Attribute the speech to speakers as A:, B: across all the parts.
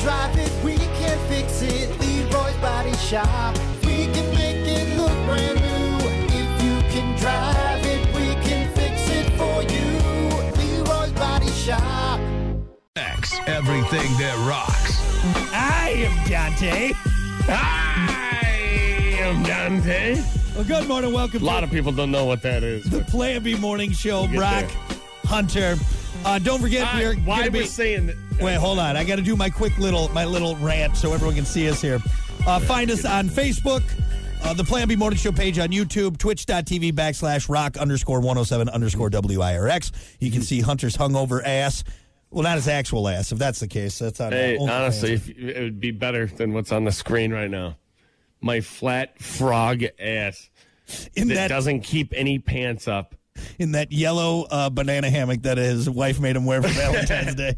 A: drive it, we can fix it. Leroy's Body Shop. We can make it look brand new. If you can drive it, we can fix it for you. Leroy's Body Shop.
B: X, everything that rocks.
C: I am Dante.
B: I am Dante.
C: Well, good morning. Welcome
D: A lot
C: to
D: of people don't know what that is.
C: the
D: but-
C: Plan B Morning Show.
D: get
C: Brock Hunter. Uh, don't forget,
D: I-
C: we're
D: why
C: gonna
D: we're
C: be.
D: saying that?
C: Wait, hold on. I got to do my quick little my little rant so everyone can see us here. Uh, find us on Facebook, uh, the Plan B Morning Show page on YouTube, twitch.tv backslash rock underscore 107 underscore WIRX. You can see Hunter's hungover ass. Well, not his actual ass, if that's the case. That's on uh,
D: Hey,
C: OnlyFans.
D: honestly, if, it would be better than what's on the screen right now. My flat frog ass
C: in
D: that,
C: that
D: doesn't keep any pants up.
C: in that yellow uh, banana hammock that his wife made him wear for Valentine's Day.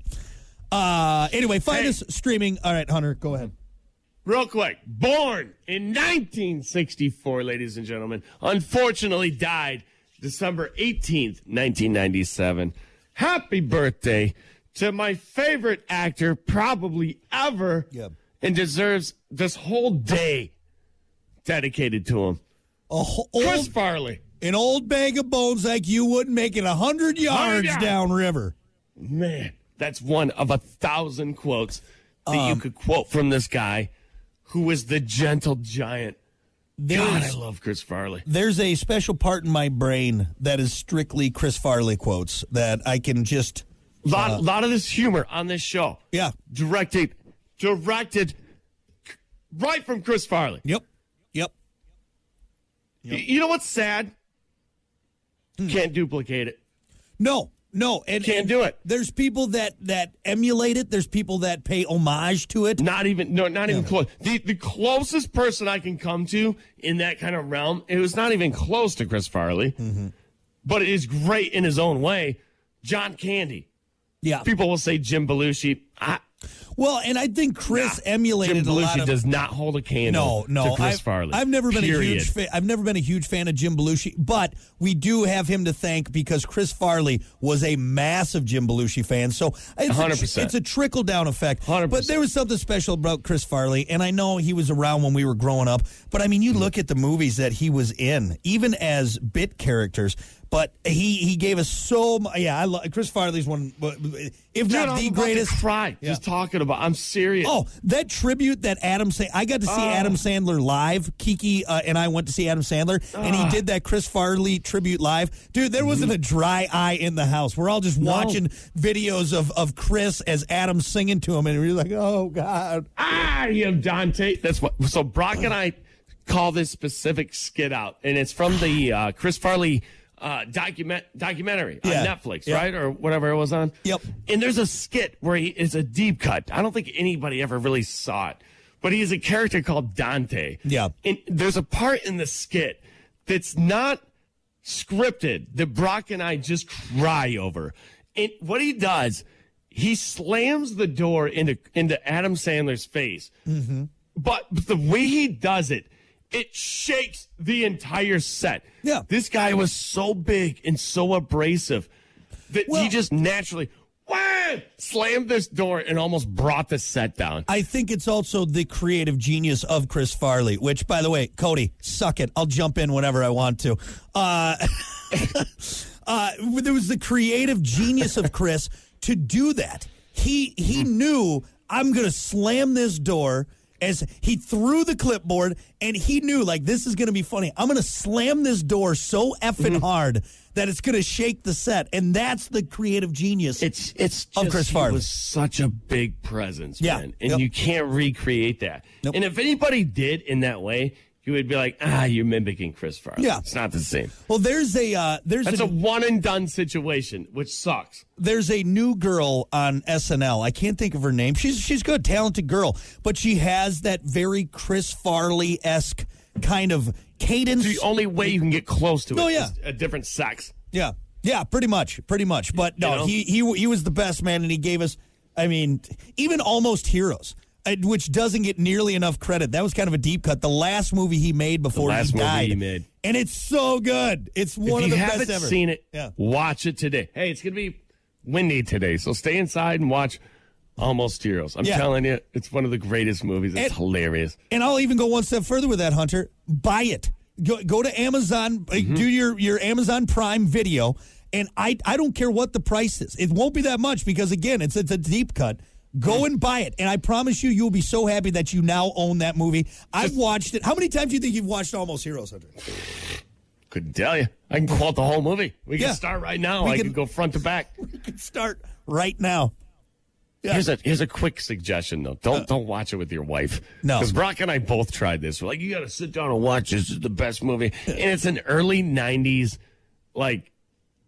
C: Uh, anyway, find
D: Hey.
C: us streaming. All right, Hunter, go ahead.
D: Real quick, born in 1964, ladies and gentlemen. Unfortunately, died December 18th, 1997. Happy birthday to my favorite actor, probably ever,
C: Yep.
D: and deserves this whole day dedicated to him.
C: A whole,
D: Chris
C: old,
D: Farley.
C: an old bag of bones like you wouldn't make it 100 yards
D: yards.
C: downriver.
D: Man, that's one of a thousand quotes that you could quote from this guy who was the gentle giant. God, I
C: There's,
D: love Chris Farley.
C: there's a special part in my brain that is strictly Chris Farley quotes that I can just,
D: lot,
C: Uh.
D: lot of this humor on this show.
C: yeah.
D: Directed, directed c- right from Chris Farley.
C: Yep. Yep.
D: Y- You know what's sad?
C: Hmm.
D: Can't duplicate it.
C: No, no. And,
D: Can't
C: and
D: do it.
C: There's people that, that emulate it. There's people that pay homage to it.
D: Not even no, not even close. The the closest person I can come to in that kind of realm, it was not even close to Chris Farley,
C: Mm-hmm.
D: but it is great in his own way. John Candy.
C: Yeah.
D: People will say Jim Belushi. I,
C: Well, and I think Chris emulated
D: Jim
C: a lot
D: Belushi
C: of.
D: does not hold a candle
C: no, no.
D: to Chris
C: I've,
D: Farley.
C: I've never been a
D: Period.
C: huge fan. I've never been a huge fan of Jim Belushi, but we do have him to thank because Chris Farley was a massive Jim Belushi fan. So it's a,
D: 100%.
C: it's a trickle down effect.
D: 100%.
C: But there was something special about Chris Farley, and I know he was around when we were growing up. But I mean,
D: Mm-hmm.
C: you look at the movies that he was in, even as bit characters. But he he gave us so much. Yeah, I love Chris Farley's one, if
D: Dude,
C: not
D: I'm about
C: the
D: to
C: greatest.
D: cry just talking about. I'm serious.
C: Oh, that tribute that Adam Sa- I got to see Adam Sandler live. Kiki uh, and I went to see Adam Sandler, and he did that Chris Farley tribute live. Dude, there wasn't a dry eye in the house. We're all just watching videos of, of Chris as Adam singing to him, and we're like, oh, God.
D: I am Dante. That's what. So Brock and I call this specific skit out, and it's from the uh, Chris Farley uh, document documentary
C: Yeah.
D: on Netflix,
C: Yeah.
D: right, or whatever it was on.
C: Yep.
D: And there's a skit where he is a deep cut. I don't think anybody ever really saw it, but he is a character called Dante.
C: Yeah.
D: And there's a part in the skit that's not scripted that Brock and I just cry over. And what he does, he slams the door into into Adam Sandler's face.
C: Mm-hmm.
D: But, but the way he does it, it shakes the entire set.
C: Yeah.
D: This guy was so big and so abrasive that
C: Well-
D: he just naturally wham, slammed this door and almost brought the set down.
C: I think it's also the creative genius of Chris Farley, which, by the way, Cody, suck it. I'll jump in whenever I want to. Uh, uh, there was the creative genius of Chris to do that. He he knew I'm going to slam this door. As he threw the clipboard, and he knew like this is going to be funny. I'm going to slam this door so effing hard that it's going to shake the set, and that's the creative genius.
D: It's it's
C: Of
D: just,
C: Chris
D: he
C: Farley.
D: was such a big presence,
C: Yeah.
D: man, and
C: Yep.
D: you can't recreate that.
C: Nope.
D: And if anybody did in that way, you would be like, ah, you're mimicking Chris Farley.
C: Yeah.
D: it's not the same.
C: well, there's a uh, there's
D: That's
C: a
D: a one and done situation, which sucks.
C: there's a new girl on SNL. I can't think of her name. She's she's good, talented girl, but she has that very Chris Farley esque kind of cadence.
D: The only way you can get close to it
C: Oh,
D: is
C: yeah.
D: a different sex.
C: yeah, yeah, pretty much, pretty much. But no,
D: You know?
C: he he he was the best man, and he gave us. I mean, even almost heroes. uh, Which doesn't get nearly enough credit. That was kind of a deep cut. The last movie he made before
D: last
C: he
D: movie
C: died,
D: he made.
C: and it's so good. It's one
D: if you
C: of the
D: haven't
C: best ever.
D: seen it,
C: Yeah.
D: watch it today. Hey, it's gonna be windy today, so stay inside and watch Almost Heroes. I'm
C: Yeah.
D: telling you, it's one of the greatest movies. It's
C: And-
D: hilarious.
C: And I'll even go one step further with that, Hunter. Buy it. Go, go to Amazon, uh, do your, your Amazon Prime video, and I, I don't care what the price is. It won't be that much because, again, it's, it's a deep cut. Go and buy it. And I promise you, you'll be so happy that you now own that movie. I've watched it. How many times do you think you've watched Almost Heroes, Hunter?
D: Couldn't tell you. I can quote the whole movie. We can
C: Yeah.
D: start right now.
C: We
D: I
C: can-
D: can, go front to back.
C: Start right now. Yeah. Uh,
D: Here's a here's a quick suggestion though. Don't don't watch it with your wife.
C: No.
D: because Brock and I both tried this. We're like, you got to sit down and watch. This is the best movie, and it's an early '90s, like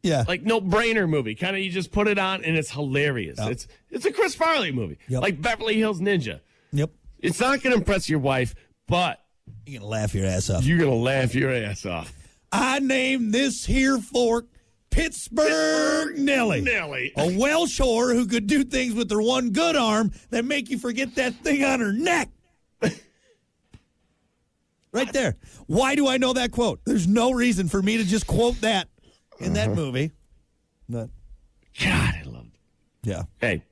C: Yeah.
D: like no brainer movie. Kind of you just put it on and it's hilarious. It's it's a Chris Farley movie,
C: Yep.
D: like Beverly Hills Ninja.
C: yep.
D: It's not going to impress your wife, but
C: You're going to laugh your ass off.
D: you're going to laugh your ass off.
C: I name this here fork Pittsburgh Nelly.
D: Nelly. Oh,
C: A Welsh whore who could do things with her one good arm that make you forget that thing on her neck. right there. Why do I know that quote? There's no reason for me to just quote that in that movie. But
D: God, I love it.
C: yeah.
D: Hey,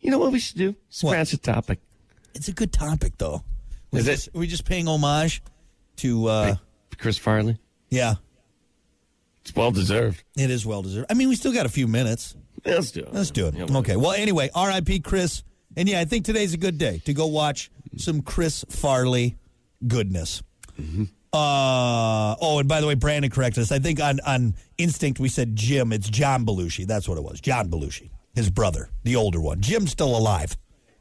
D: you know what we should do? Scratch a topic.
C: It's a good topic though. We're
D: Is it-
C: just, we're just paying homage to uh
D: Chris Farley.
C: yeah.
D: It's well deserved.
C: It is well deserved. I mean, we still got a few minutes.
D: Yeah, Let's do it.
C: Let's do it.
D: Yeah,
C: Okay. Well, anyway, RIP Chris. And yeah, I think today's a good day to go watch some Chris Farley goodness. Mm-hmm. Uh oh, and by the way, Brandon corrected us. I think on on instinct we said Jim. It's John Belushi. That's what it was. John Belushi, his brother, the older one. Jim's still alive,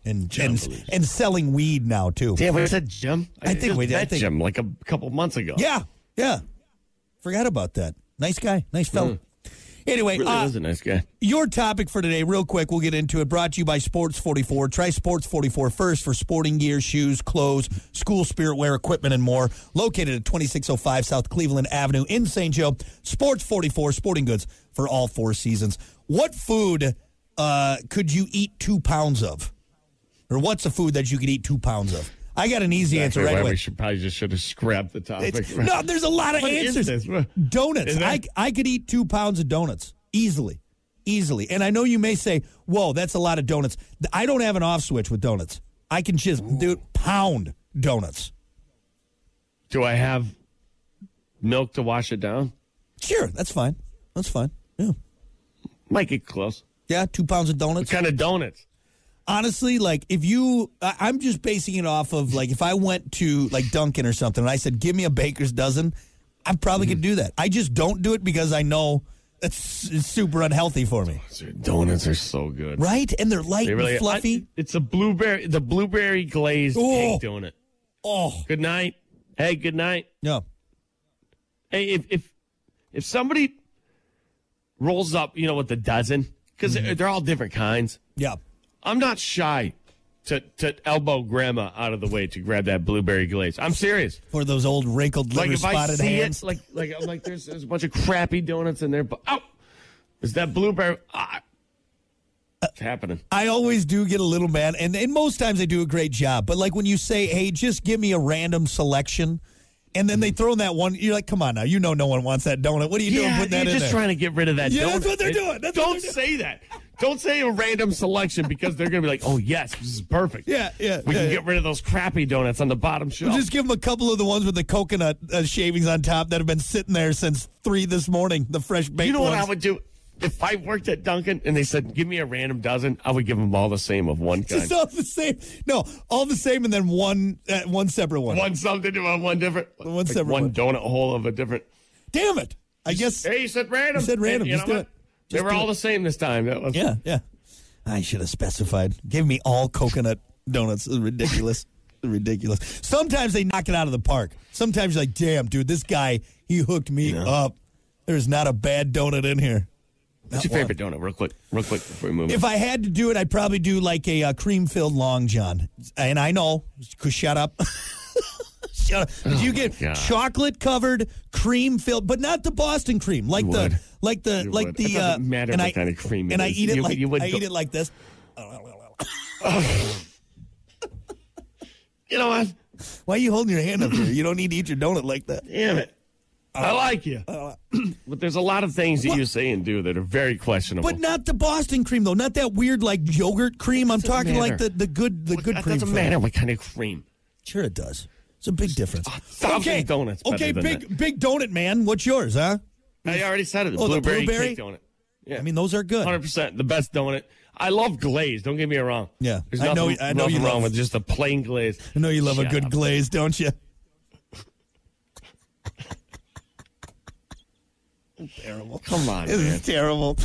C: and and, and selling weed now too.
D: Damn, we said Jim.
C: I think
D: just
C: we did. I
D: met
C: think-
D: Jim like a couple months ago.
C: Yeah, yeah. Forgot about that. Nice guy. Nice fellow. Anyway,
D: really
C: uh,
D: was a nice guy.
C: Your topic for today, real quick, we'll get into it. Brought to you by Sports 44. Try Sports 44 first for sporting gear, shoes, clothes, school spirit wear, equipment, and more. Located at 2605 South Cleveland Avenue in St. Joe. Sports 44 sporting goods for all four seasons. What food uh, could you eat two pounds of? Or what's a food that you could eat two pounds of? I got an easy answer right
D: Why
C: away.
D: We should probably just should have scrapped the topic.
C: It's- no, there's a lot of
D: What is
C: answers.
D: this?
C: Donuts.
D: Is that-
C: I, I could eat two pounds of donuts easily. Easily. And I know you may say, whoa, that's a lot of donuts. Th- I don't have an off switch with donuts. I can just do pound donuts.
D: do I have milk to wash it down?
C: Sure, that's fine. That's fine. Yeah.
D: Might get close.
C: Yeah, two pounds of donuts.
D: What kind of donuts?
C: Honestly, like if you, I, I'm just basing it off of like if I went to like Dunkin' or something and I said, give me a baker's dozen, I probably could
D: Mm-hmm.
C: do that. I just don't do it because I know it's, it's super unhealthy for me.
D: Donuts are so good.
C: Right? And they're light
D: They really
C: and fluffy.
D: I- it's a blueberry, the blueberry glazed
C: Ooh.
D: egg donut.
C: oh,
D: Good night. Hey, good night.
C: no.
D: Hey, if if if somebody rolls up, you know, with a dozen, because
C: Mm-hmm.
D: they're all different kinds.
C: Yeah.
D: I'm not shy to to elbow grandma out of the way to grab that blueberry glaze. I'm serious.
C: For those old wrinkled,
D: Like
C: liver
D: if I
C: spotted
D: see
C: hands.
D: it, like like I'm like there's, there's a bunch of crappy donuts in there, but oh, is that blueberry? Ah, it's happening.
C: I always do get a little mad, and, and most times they do a great job. But like when you say, hey, just give me a random selection, and then they throw in that one, you're like, come on now, you know no one wants that donut. What are you doing
D: Yeah,
C: putting that
D: you're
C: in
D: just
C: there?
D: trying to get rid of that.
C: Yeah,
D: donut.
C: that's what they're doing. That's what
D: don't
C: they're
D: say that. Don't say a random selection because they're gonna be like, oh yes, this is perfect.
C: Yeah, yeah,
D: We
C: yeah,
D: can
C: yeah.
D: get rid of those crappy donuts on the bottom shelf.
C: just give them a couple of the ones with the coconut uh, shavings on top that have been sitting there since three this morning. The fresh baked
D: You know what
C: ones.
D: I would do? If I worked at Dunkin' and they said, give me a random dozen, I would give them all the same of one kind.
C: Just all the same. No, all the same, and then one uh, one separate one.
D: One something to one different.
C: One
D: like
C: separate
D: one
C: one.
D: donut hole of a different.
C: Damn it! I guess.
D: Hey, you said random.
C: You said random.
D: And, you
C: Just
D: know
C: do
D: what?
C: it.
D: They
C: Just
D: were
C: do
D: all
C: it.
D: the same this time. That was
C: Yeah, yeah. I should have specified. Give me all coconut donuts. It's ridiculous. ridiculous. Sometimes they knock it out of the park. Sometimes you're like, damn, dude, this guy, he hooked me up. There's not a bad donut in here.
D: What's your favorite donut? Real quick, real quick before we move.
C: If I had to do it, I'd probably do like a uh, cream filled long john. And I know, 'cause shut up. shut up. Do you
D: Oh God.
C: get chocolate covered cream filled, but not the Boston cream, like
D: You
C: the
D: would.
C: like the
D: You
C: like
D: would.
C: the
D: It doesn't
C: uh,
D: matter
C: and
D: what
C: I,
D: kind of cream it
C: and I
D: is.
C: eat it
D: You-
C: like
D: you would
C: I
D: go-
C: eat it like this.
D: you know what?
C: Why are you holding your hand up there? You don't need to eat your donut like that.
D: Damn it.
C: Uh,
D: I like you. but there's a lot of things that you say and do that are very questionable.
C: But not the Boston cream though, not that weird like yogurt cream. I'm
D: Doesn't
C: talking like
D: matter.
C: the, the good the good
D: that
C: cream.
D: doesn't
C: flavor.
D: matter what kind of cream.
C: Sure, it does. It's a big difference.
D: thousand donuts better
C: Okay,
D: than
C: big big donut man. What's yours, huh?
D: I already said it. The
C: Oh, the
D: blueberry,
C: blueberry?
D: cake donut. Yeah.
C: I mean, those are good.
D: hundred percent the best donut. I love glaze. Don't get me wrong.
C: Yeah.
D: there's
C: I
D: nothing,
C: know- I know
D: nothing
C: you
D: wrong
C: love-
D: with just a plain glaze.
C: I know you love a
D: Shut
C: good
D: up.
C: glaze, don't you?
D: Come on,
C: This
D: man.
C: is terrible.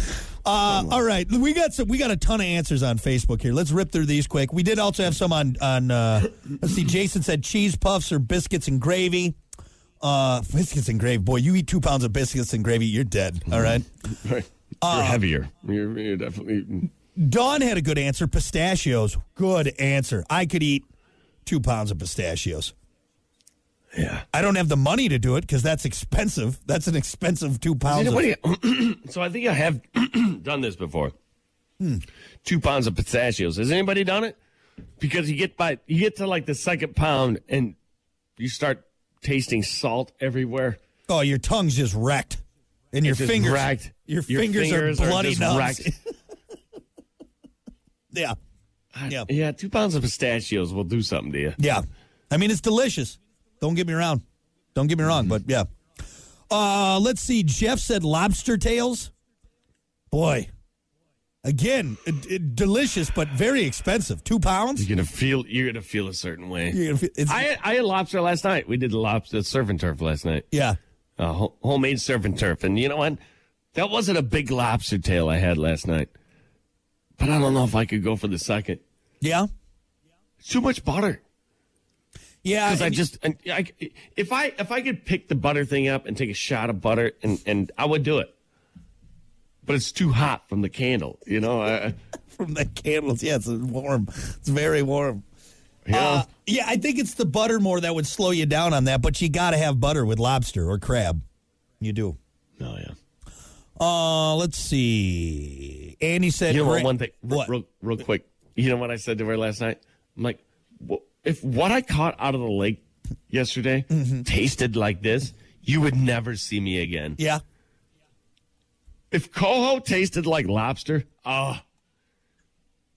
C: Uh, all right, we got some. We got a ton of answers on Facebook here. Let's rip through these quick. We did also have some on on. Uh, let's see. Jason said cheese puffs or biscuits and gravy. Uh, biscuits and gravy. Boy, you eat two pounds of biscuits and gravy, you're dead. All
D: Mm-hmm.
C: right.
D: You're
C: Uh,
D: heavier. You're, you're definitely.
C: Dawn had a good answer. Pistachios. Good answer. I could eat two pounds of pistachios.
D: Yeah.
C: I don't have the money to do it because that's expensive. That's an expensive two pounds. of-
D: You know, what do you- so I think I have done this before.
C: Hmm.
D: Two pounds of pistachios. Has anybody done it? Because you get by, you get to like the second pound, and you start tasting salt everywhere.
C: oh, your tongue's just wrecked, and your
D: Just
C: fingers.
D: wrecked.
C: Your, fingers, are bloody
D: just
C: nubs.
D: wrecked.
C: Yeah. Yeah.
D: Yeah, two pounds of pistachios will do something to you.
C: Yeah. I mean, it's delicious. Don't get me wrong. Don't get me wrong, but yeah. Uh, let's see. Jeff said lobster tails. Boy. Again, it, it- delicious, but very expensive. Two pounds?
D: You're gonna feel. You're gonna feel a certain way.
C: You're gonna feel- it's-
D: I had, I had lobster last night. We did lobster surf and turf last night.
C: yeah.
D: uh, ho- homemade surf and turf. And you know what? That wasn't a big lobster tail I had last night. But I don't know if I could go for the second.
C: Yeah.
D: It's too much butter.
C: Yeah.
D: Because I
C: and-
D: just, and I, if I if I could pick the butter thing up and take a shot of butter, and and I would do it. But it's too hot from the candle, you know. I, I-
C: from the candles. Yeah, it's warm. It's very warm.
D: Yeah.
C: Uh, yeah, I think it's the butter more that would slow you down on that, but you got to have butter with lobster or crab. You do.
D: no, yeah.
C: Uh, let's see. Annie said,
D: You know what?
C: gra-
D: One thing, r-
C: What?
D: Real, real quick. You know what I said to her last night? I'm like, "Wha- if what I caught out of the lake yesterday
C: Mm-hmm.
D: tasted like this, you would never see me again.
C: Yeah.
D: If coho tasted like lobster, oh,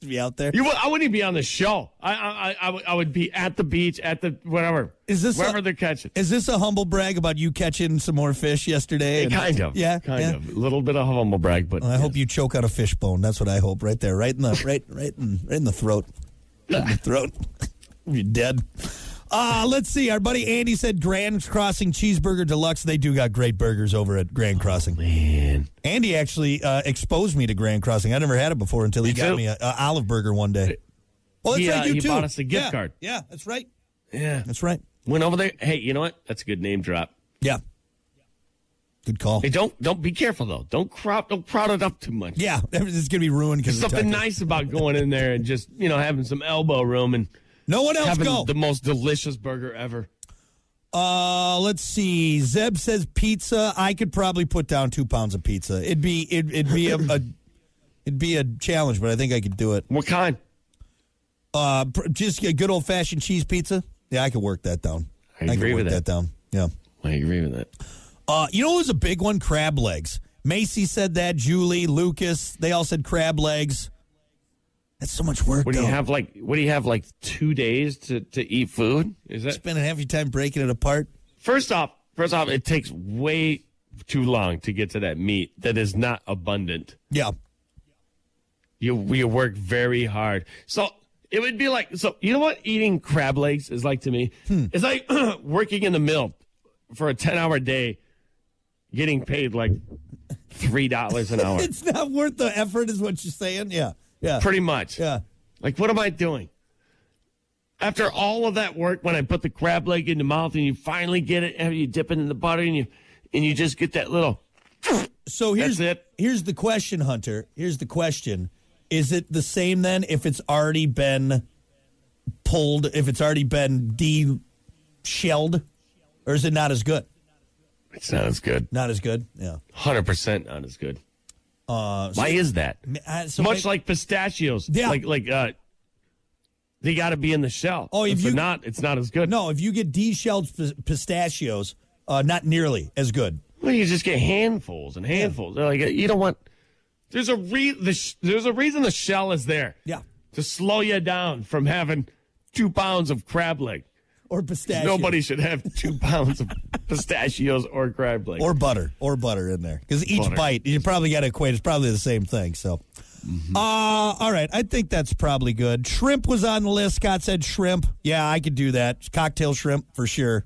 C: To be out there.
D: you would, I wouldn't even be on the show. I, I, I, I would- I would be at the beach, at the whatever.
C: Is this
D: wherever
C: a-
D: they're catching?
C: Is this a humble brag about you catching some more fish yesterday? And-
D: kind of.
C: Yeah.
D: Kind
C: yeah.
D: of. A little bit of humble brag, but
C: I hope you choke out a fish bone. That's what I hope. Right there, right in the right, right in, right in the throat, right in the throat. You're dead. Uh, let's see. Our buddy Andy said Grand Crossing Cheeseburger Deluxe. They do got great burgers over at Grand Crossing.
D: man.
C: Andy actually uh, exposed me to Grand Crossing. I never had it before until he
D: Me
C: got
D: too.
C: me an olive burger one day. Oh, that's
D: He,
C: right.
D: uh,
C: You
D: he
C: too.
D: bought us a gift
C: Yeah,
D: card.
C: Yeah, that's right.
D: Yeah.
C: That's right.
D: Went over there. Hey, you know what? That's a good name drop.
C: Yeah. Good call.
D: Hey, don't don't be careful though. Don't crowd don't crowd it up too much.
C: Yeah, it's gonna be ruined because
D: There's something nice about going in there and just you know having some elbow room and
C: No one else
D: having
C: go.
D: the most delicious burger ever.
C: Uh, let's see. Zeb says pizza. I could probably put down two pounds of pizza. It'd be it'd, it'd be a, a it'd be a challenge, but I think I could do it.
D: What kind?
C: Uh, pr- just a good old fashioned cheese pizza. Yeah, I could work that down.
D: I
C: could
D: agree
C: work
D: with
C: that.
D: that.
C: down. Yeah.
D: I agree with that.
C: Uh, you know what was a big one? Crab legs. Macy said that. Julie, Lucas, they all said crab legs. That's so much work.
D: What do you
C: though.
D: have like? What do you have like two days to to eat food? Is that
C: Spending half your time breaking it apart.
D: first off? First off, it takes way too long to get to that meat that is not abundant.
C: Yeah.
D: You we work very hard. So it would be like so you know what eating crab legs is like to me? It's like working in the mill for a 10-hour day getting paid like $3 an hour.
C: It's not worth the effort, is what you're saying. Yeah. Yeah.
D: pretty much.
C: yeah.
D: Like what am I doing? After all of that work when I put the crab leg in the mouth and you finally get it and you dip it in the butter and you and you just get that little
C: So here's
D: That's it.
C: here's the question, Hunter. Here's the question: Is it the same then if it's already been pulled? If it's already been de shelled, or is it not as good?
D: it's not as good.
C: Not as good. Yeah.
D: 100% not as good. Uh, Why is that?
C: Uh, so
D: much
C: may-
D: like pistachios.
C: Yeah.
D: Like like uh they got to be in the shell.
C: Oh, if
D: if they're
C: you-
D: not, it's not as good.
C: no, if you get de shelled pistachios, Uh, not nearly as good.
D: Well, you just get handfuls and handfuls. They're like you don't want. There's a re the sh- there's a reason the shell is there.
C: Yeah.
D: To slow you down from having two pounds of crab leg.
C: Or pistachio.
D: Nobody should have two pounds of pistachios or crab leg.
C: Or butter. Or butter in there. Because each
D: Butter.
C: bite, you probably got to equate. It's probably the same thing. So,
D: Mm-hmm.
C: uh, all right. I think that's probably good. Shrimp was on the list. Scott said shrimp. Yeah, I could do that. Cocktail shrimp for sure.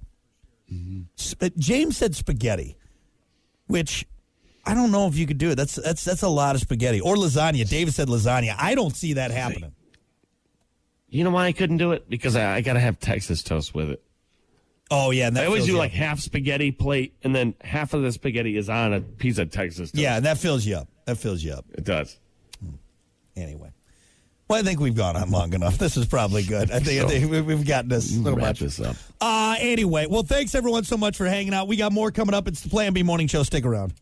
D: Mm-hmm.
C: Sp- James said spaghetti, which I don't know if you could do it. That's that's that's a lot of spaghetti. Or lasagna. David said lasagna. I don't see that happening.
D: you know why I couldn't do it? Because I, I gotta have Texas toast with it.
C: Oh yeah, and that
D: I always
C: fills
D: do
C: you
D: like
C: up.
D: half spaghetti plate, and then half of the spaghetti is on a piece of Texas toast.
C: yeah, and that fills you up. That fills you up.
D: it does.
C: anyway. Well, I think we've gone on long enough. This is probably good. I think, I
D: So-
C: think we- we've gotten this a little
D: Wrap
C: much.
D: this up.
C: Uh, anyway, well, thanks everyone so much for hanging out. We got more coming up. It's the Plan B Morning Show. Stick around.